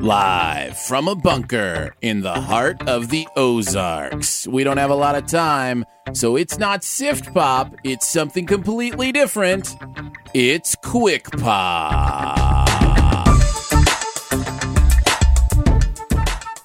Live from a bunker in the heart of the Ozarks. We don't have a lot of time, so it's not Sift Pop, it's something completely different. It's Quick Pop.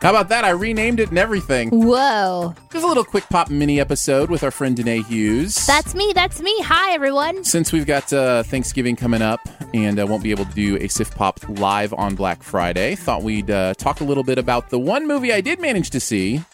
How about that? I renamed it and everything. Whoa. Just a little Quick Pop mini episode with our friend Danae Hughes. That's me. That's me. Hi, everyone. Since we've got uh, Thanksgiving coming up and uh, won't be able to do a Sif Pop live on Black Friday, thought we'd uh, talk a little bit about the one movie I did manage to see,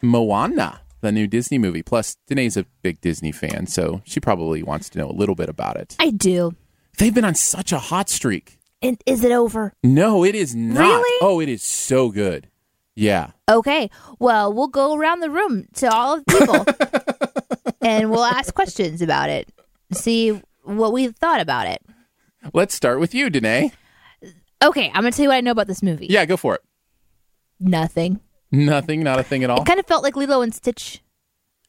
Moana, the new Disney movie. Plus, Danae's a big Disney fan, so she probably wants to know a little bit about it. I do. They've been on such a hot streak. And is it over? No, it is not. Really? Oh, it is so good. Yeah. Okay. Well, we'll go around the room to all of the people and we'll ask questions about it. See what we thought about it. Let's start with you, Danae. Okay, I'm going to tell you what I know about this movie. Yeah, go for it. Nothing. Nothing, not a thing at all. It kind of felt like Lilo and Stitch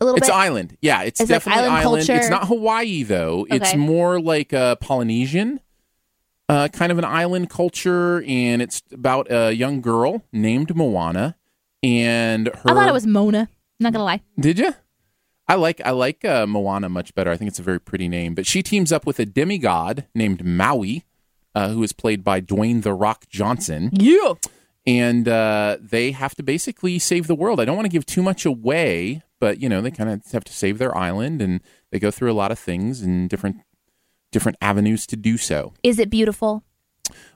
a little It's bit. island. Yeah, it's, It's like definitely island It's culture. not Hawaii though. It's Okay. more like a Polynesian uh, kind of an island culture, and it's about a young girl named Moana and her. I thought it was Mona. Not going to lie. Did you? I like I like uh, Moana much better. I think it's a very pretty name. But she teams up with a demigod named Maui, uh, who is played by Dwayne the Rock Johnson Yeah. and uh, they have to basically save the world. I don't want to give too much away, but you know they kind of have to save their island, and they go through a lot of things and different different avenues to do so. Is it beautiful?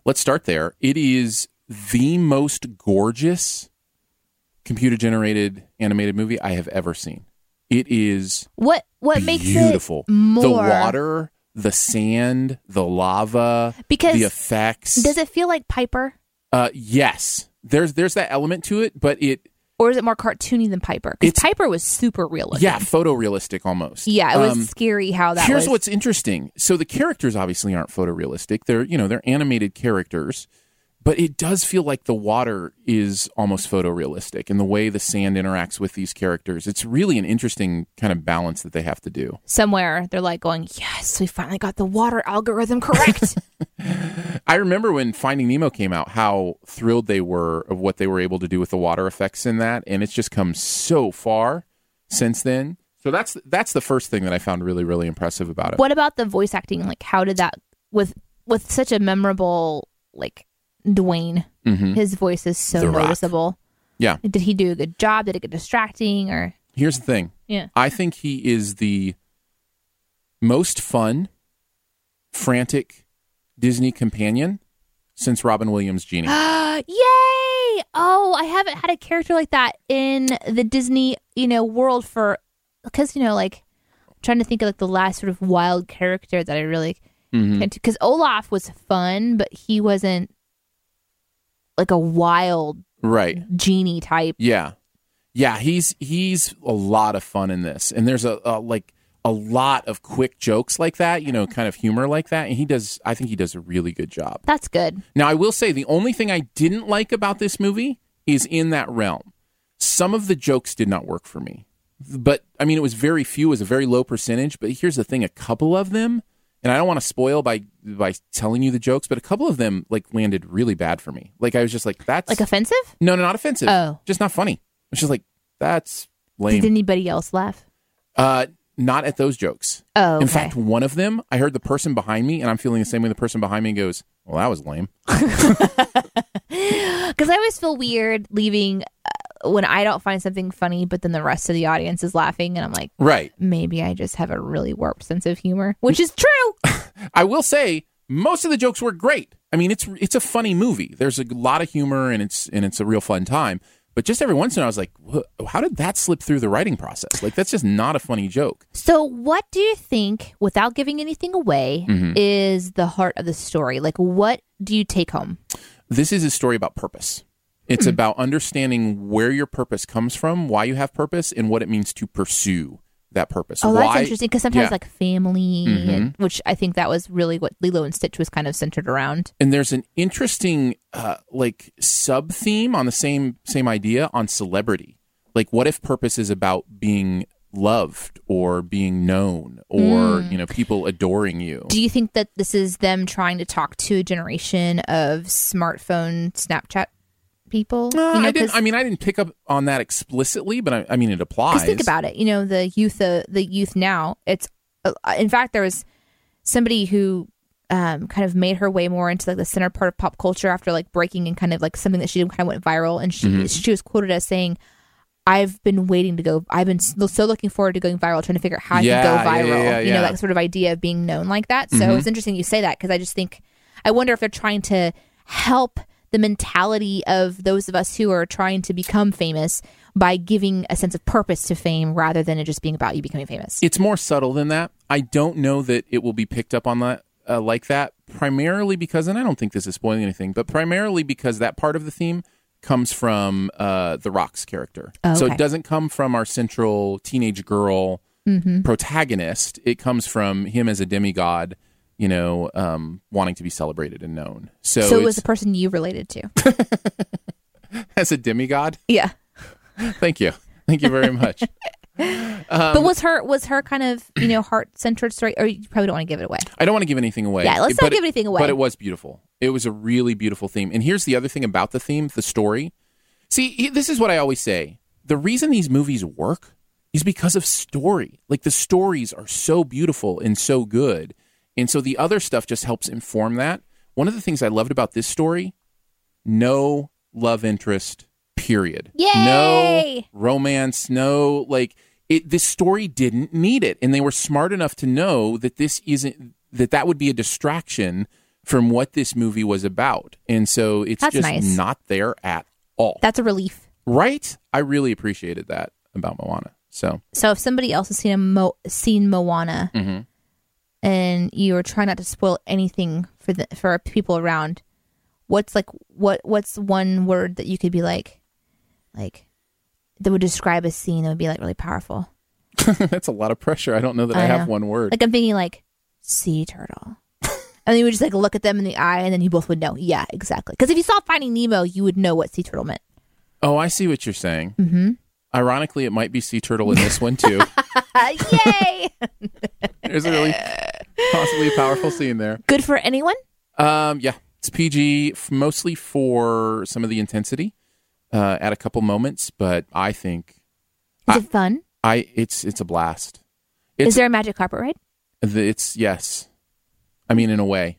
Let's start there. It is the most gorgeous computer generated animated movie I have ever seen. It is What what makes it beautiful. more The water, the sand, the lava, Because the effects. Does it feel like Piper uh, yes, there's there's that element to it, but it or is it more cartoony than Piper? Cuz It's- Piper was super realistic. Yeah, photorealistic almost. Yeah, it was Um, scary how that here's was. what's interesting. So the characters obviously aren't photorealistic. They're you know they're animated characters, but it does feel like the water is almost photorealistic, and the way the sand interacts with these characters. It's really an interesting kind of balance that they have to do. somewhere they're like going, "Yes, we finally got the water algorithm correct." I remember when Finding Nemo came out, how thrilled they were of what they were able to do with the water effects in that, and it's just come so far since then. So that's that's the first thing that I found really really impressive about it. what about the voice acting? Like how did that with with such a memorable like Dwayne, Mhm. his voice is so The Rock. noticeable. Yeah. Did he do a good job? Did it get distracting or Here's the thing. yeah. I think he is the most fun, frantic Disney companion since Robin Williams' Genie. Oh. Uh, Yay! Oh, I haven't had a character like that in the Disney, you know, world for because you know, like I'm trying to think of like the last sort of wild character that I really because Olaf was fun, but he wasn't like a wild right. genie type. Yeah. Yeah, he's he's a lot of fun in this. And there's a, a like a lot of quick jokes like that, you know, kind of humor like that. And he does, I think he does a really good job. That's good. Now, I will say the only thing I didn't like about this movie is in that realm. Some of the jokes did not work for me. But I mean, it was very few, it was a very low percentage. But here's the thing a couple of them, and I don't want to spoil by by telling you the jokes, but a couple of them like landed really bad for me. Like I was just like, that's Like offensive? no, no, not offensive. Oh. Just not funny. It's just like, that's lame. Did anybody else laugh? Uh, not at those jokes. Oh, okay. In fact, one of them, I heard the person behind me, and I'm feeling the same way. The person behind me goes, "Well, that was lame." Because I always feel weird leaving uh, when I don't find something funny, but then the rest of the audience is laughing, and I'm like, Right. maybe I just have a really warped sense of humor, which is true. I will say most of the jokes were great. I mean, it's it's a funny movie. There's a lot of humor, and it's and it's a real fun time. But just every once in a while, I was like, "Wh- "How did that slip through the writing process? Like, that's just not a funny joke." so, what do you think, without giving anything away, Mm-hmm. is the heart of the story? Like, what do you take home? this is a story about purpose. It's Hmm. about understanding where your purpose comes from, why you have purpose, and what it means to pursue that purpose. Oh, that's Why- interesting. Because sometimes, Yeah. Mm-hmm. like family, and, which I think that was really what Lilo and Stitch was kind of centered around. and there's an interesting uh, like sub theme on the same same idea on celebrity like what if purpose is about being loved or being known or Hmm. you know people adoring you Do you think that this is them trying to talk to a generation of smartphone Snapchat people? Uh, you know, I didn't. 'cause- I mean, I didn't pick up on that explicitly, but I, I mean, it applies. Because think about it, you know, the youth, uh, the youth now. It's uh, in fact there was somebody who um, kind of made her way more into like the center part of pop culture after like breaking and kind of like something that she did kind of went viral, and she Mm-hmm. she was quoted as saying. I've been waiting to go. I've been so so looking forward to going viral, trying to figure out Yeah, how I yeah, can go viral. yeah, You know yeah. that sort of idea of being known like that. So it's interesting you say that because I just think I wonder if they're trying to help the mentality of those of us who are trying to become famous by giving a sense of purpose to fame rather than it just being about you becoming famous. It's more subtle than that. I don't know that it will be picked up on that uh, like that, primarily because, and I don't think this is spoiling anything, but primarily because that part of the theme comes from uh, the Rock's character. Oh, So okay. it doesn't come from our central teenage girl Mm-hmm. protagonist. It comes from him as a demigod, you know, um, wanting to be celebrated and known. So, So, it was the it's- person you related to. as a demigod. yeah. Thank you. Thank you very much. but was her was her kind of, you know, heart centered story or you probably don't want to give it away. I don't want to give anything away. Yeah, let's But not it- give anything away. But it was beautiful. It was a really beautiful theme. And here's the other thing about the theme, the story. See, he- this is what I always say. The reason these movies work is because of story. Like the stories are so beautiful and so good. And so the other stuff just helps inform that. One of the things I loved about this story, no love interest, period. No Yay! romance, no like it this story didn't need it and they were smart enough to know that this isn't that that would be a distraction from what this movie was about. And so it's That's just nice. not there at all. That's a relief. right? I really appreciated that about Moana. So, So if somebody else has seen a Mo- seen Moana Mm-hmm. and you are trying not to spoil anything for the for people around, what's like what what's one word that you could be like like that would describe a scene that would be like really powerful? that's a lot of pressure. I don't know that I, I have know. one word. Like I'm thinking like sea turtle. And then you would just like look at them in the eye, and then you both would know. Yeah, exactly. Because if you saw Finding Nemo, you would know what sea turtle meant. Oh, I see what you're saying. Mm-hmm. Ironically, it might be sea turtle in this one too. Uh, yay! There's a really possibly a powerful scene there. Good for anyone. Um, yeah, it's PG f- mostly for some of the intensity uh, at a couple moments, but I think Is it fun? I it's it's a blast. Uh, Is It's there a magic carpet ride? the- it's yes. I mean, in a way,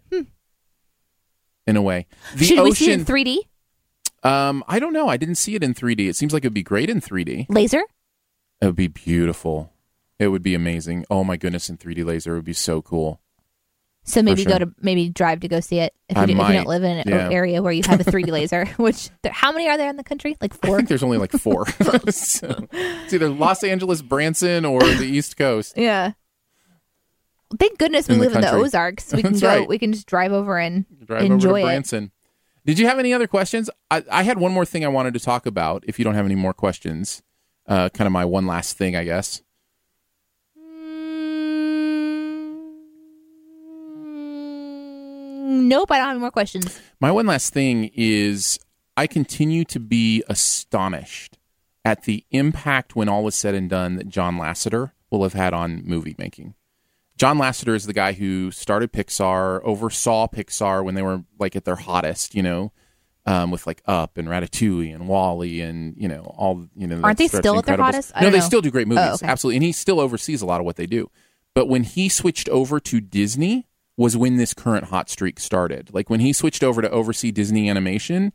in a way, the Hmm. Should ocean. we see it in 3D um, I don't know. I didn't see it in 3D. It seems like it would be great in 3D. laser? It would be beautiful. It would be amazing. Oh my goodness, in 3D laser, it would be so cool. So maybe sure. go to maybe drive to go see it if I you, do, if you might, don't live in an yeah. area where you have a 3D laser. Which there, how many are there in the country? Like I four. think there's only like four. so, it's either Los Angeles, Branson, or the East Coast. yeah. Thank goodness we In the live in the country. Ozarks. We can That's go. right. We can just drive over and drive enjoy over to it. Branson. Did you have any other questions? I, I had one more thing I wanted to talk about. If you don't have any more questions, uh, kind of my one last thing, I guess. Mm, Nope, I don't have any more questions. My one last thing is I continue to be astonished at the impact when all is said and done that John Lasseter will have had on movie making. John Lasseter is the guy who started Pixar, oversaw Pixar when they were like at their hottest, you know, um, with like Up and Ratatouille and Wally and you know all you know. Aren't they stretch still at their Incredibles. hottest? I No, don't they know. still do great movies, Oh, okay. absolutely, and he still oversees a lot of what they do. But when he switched over to Disney, was when this current hot streak started. Like when he switched over to oversee Disney animation,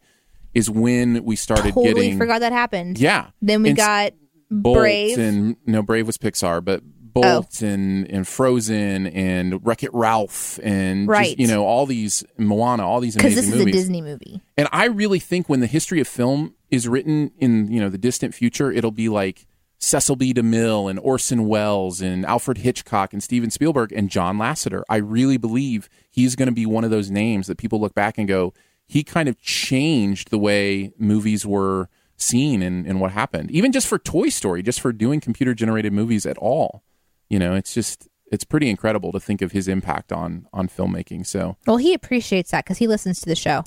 is when we started totally getting forgot that happened. yeah. Then we And s- got Bolt Brave. Oh. and no, Brave was Pixar, but Bolt and and Frozen and Wreck It Ralph and just, Right. you know all these Moana, all these because amazing this is movies. a Disney movie. And I really think when the history of film is written in you know the distant future, it'll be like Cecil B. DeMille and Orson Welles and Alfred Hitchcock and Steven Spielberg and John Lasseter. I really believe he's going to be one of those names that people look back and go, he kind of changed the way movies were seen and, and what happened. Even just for Toy Story, just for doing computer generated movies at all. You know, it's just it's pretty incredible to think of his impact on on filmmaking. So Well, he appreciates that because he listens to the show,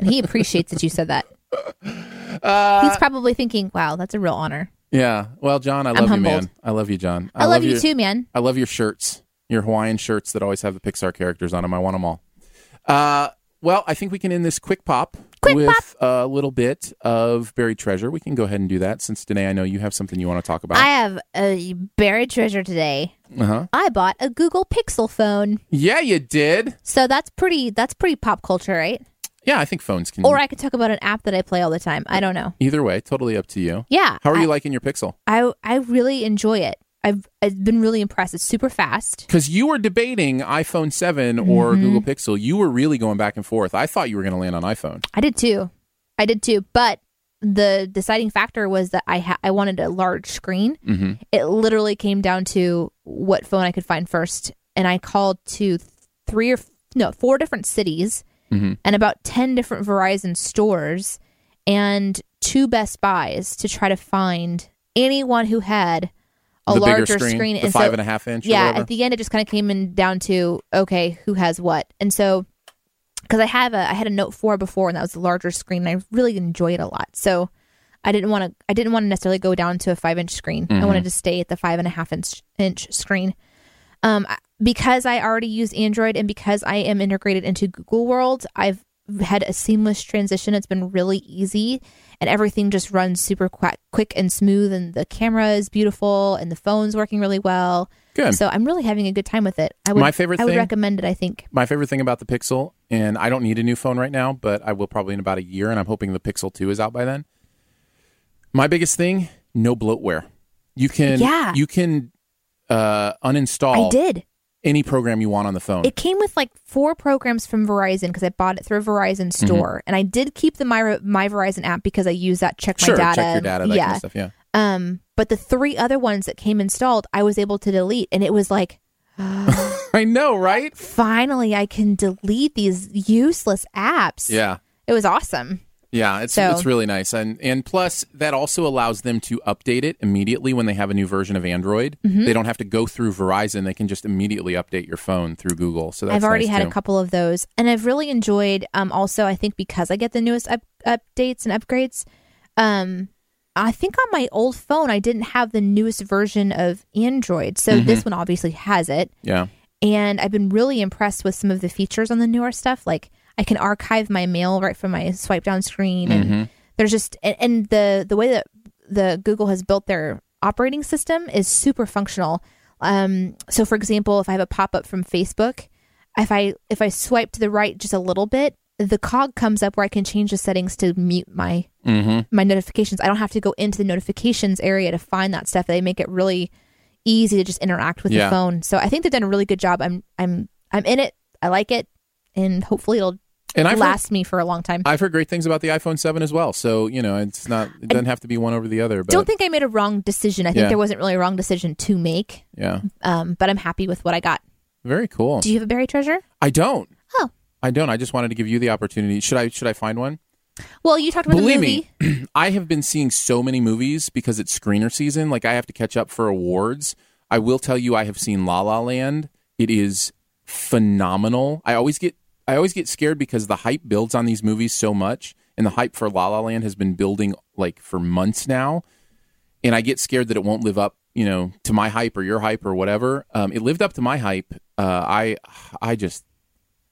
and he appreciates that you said that. Uh, He's probably thinking, "Wow, that's a real honor." Yeah. Well, John, I love you, humbled. man. I love you, John. I, love, you your- too, man. I love your shirts, your Hawaiian shirts that always have the Pixar characters on them. I want them all. Uh, well, I think we can end this quick pop with a little bit of buried treasure. We can go ahead and do that since Danae, I know you have something you want to talk about. I have a buried treasure today. uh-huh. I bought a Google Pixel phone, Yeah, you did. so that's pretty. That's pretty pop culture, right? Yeah, I think phones can. Or I could talk about an app that I play all the time. I don't know. either way, totally up to you. Yeah, How are I, you liking your Pixel? I I really enjoy it. I've I've been really impressed. It's super fast. Because you were debating iPhone 7 or Mm-hmm. Google Pixel. You were really going back and forth. I thought you were going to land on iPhone. I did too. I did too. But the deciding factor was that I ha- I wanted a large screen. Mhm. It literally came down to what phone I could find first, and I called to th- three or f- no four different cities Mm-hmm. and about ten different Verizon stores and two Best Buys to try to find anyone who had a the larger bigger screen, the and five so, and a half inch. or yeah whatever. at the end it just kind of came in down to okay who has what and so because i have a i had a note 4 before and that was the larger screen and i really enjoy it a lot so i didn't want to i didn't want to necessarily go down to a five inch screen i Mm-hmm. wanted to stay at the five and a half inch inch screen um I- because i already use android and because i am integrated into google world i've had a seamless transition it's been really easy and everything just runs super quick quick and smooth and the camera is beautiful and the phone's working really well Good. so I'm really having a good time with it. I would, My favorite I would thing- recommend it. I think. my favorite thing about the Pixel, and I don't need a new phone right now, but I will probably in about a year, and I'm hoping the Pixel 2 is out by then. My biggest thing, no bloatware. You can Yeah. you can uh, uninstall I did. any program you want on the phone. It came with like four programs from Verizon because I bought it through a Verizon Mm-hmm. store, and I did keep the my my Verizon app because I use that check sure, my data. check your data, that yeah. kind of stuff. Yeah. Um, but the three other ones that came installed, I was able to delete, and it was like I know, right? finally I can delete these useless apps. Yeah. It was awesome. Yeah, it's So- it's really nice, and and plus that also allows them to update it immediately when they have a new version of Android. Mm-hmm. They don't have to go through Verizon; they can just immediately update your phone through Google. So that's I've already nice, had too. a couple of those, and I've really enjoyed. Um, also, I think because I get the newest up- updates and upgrades, um, I think on my old phone I didn't have the newest version of Android, so Mm-hmm. this one obviously has it. Yeah, And I've been really impressed with some of the features on the newer stuff. Like I can archive my mail right from my swipe down screen, and there's just and, and the the way that the Google has built their operating system is super functional. Um, so, for example, if I have a pop up from Facebook, if I if I swipe to the right just a little bit, the cog comes up where I can change the settings to mute my my notifications. I don't have to go into the notifications area to find that stuff. They make it really easy to just interact with Yeah. the phone. So I think they've done a really good job. I'm I'm I'm in it. I like it, and hopefully it'll and I've heard last me for a long time. I've heard great things about the iPhone 7 as well. So, you know, it's not, it doesn't have to be one over the other. But don't think I made a wrong decision. I think Yeah. there wasn't really a wrong decision to make, yeah, um, but I'm happy with what I got. very cool. Do you have a buried treasure? I don't. Oh. I don't. I just wanted to give you the opportunity. Should I, should I find one? Well, you talked about Believe the movie. me, I have been seeing so many movies because it's screener season. Like, I have to catch up for awards. I will tell you, I have seen La La Land. It is phenomenal. I always get I always get scared because the hype builds on these movies so much, and the hype for La La Land has been building like for months now, and I get scared that it won't live up, you know, to my hype or your hype or whatever. Um, it lived up to my hype. Uh, I, I just,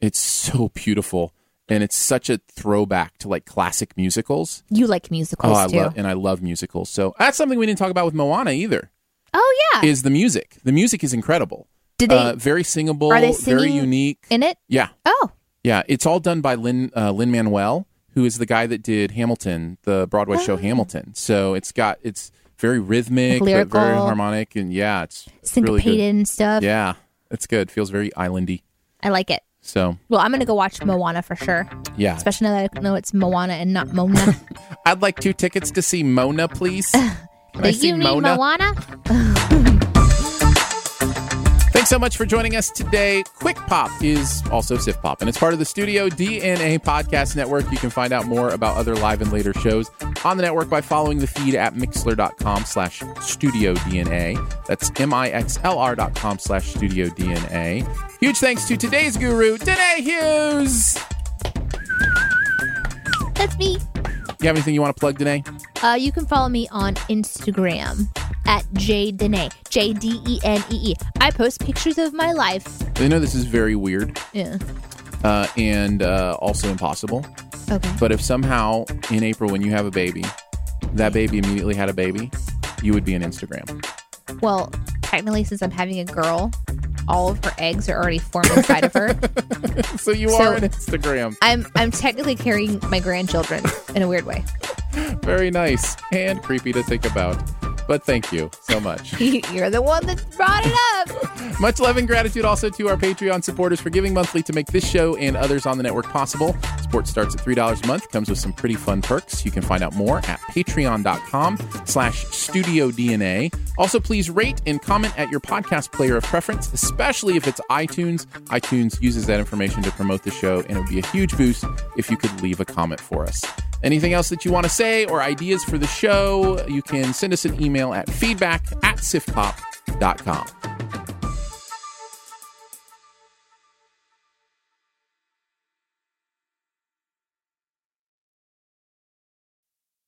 it's so beautiful, and it's such a throwback to like classic musicals. You like musicals Oh, I too. love, and I love musicals. So that's something we didn't talk about with Moana either. oh yeah. Is the music? The music is incredible. Did they uh, very singable, are they very singing unique. in it? yeah, Oh, yeah, it's all done by Lin uh, Lin Manuel, who is the guy that did Hamilton, the Broadway Ah. show Hamilton. So it's got it's very rhythmic, but very Lyrical. harmonic, and yeah, it's it's really syncopated good. and stuff. Yeah, it's good. Feels very islandy. I like it. So Well, I'm gonna go watch Moana for sure. yeah, Especially now that I know it's Moana and not Mona. I'd like two tickets to see Mona, please. Can I Do see you need Mona? Moana? Thanks so much for joining us today. Quick Pop is also Sif Pop, and it's part of the Studio DNA Podcast Network. You can find out more about other live and later shows on the network by following the feed at mixler.com slash studio DNA. That's M-I-X-L-R dot com slash studio DNA. Huge thanks to today's guru, Danae Hughes. That's me. You have anything you want to plug, Danae? Uh, you can follow me on Instagram at jdene. J D E N E E. I post pictures of my life. I know this is very weird Yeah. uh, and uh, also impossible, Okay. but if somehow in April when you have a baby, that baby immediately had a baby, you would be on Instagram. Well, technically, since I'm having a girl, all of her eggs are already formed inside of her. So you So- are on Instagram. I'm I'm technically carrying my grandchildren in a weird way. Very nice and creepy to think about. But thank you so much. You're the one that brought it up. much love and gratitude also to our Patreon supporters for giving monthly to make this show and others on the network possible. Support starts at $3 a month, comes with some pretty fun perks. You can find out more at patreon.com slash studio DNA. Also, please rate and comment at your podcast player of preference, especially if it's iTunes. iTunes uses that information to promote the show, and it would be a huge boost if you could leave a comment for us. Anything else that you want to say or ideas for the show, you can send us an email at feedback at sifpop.com.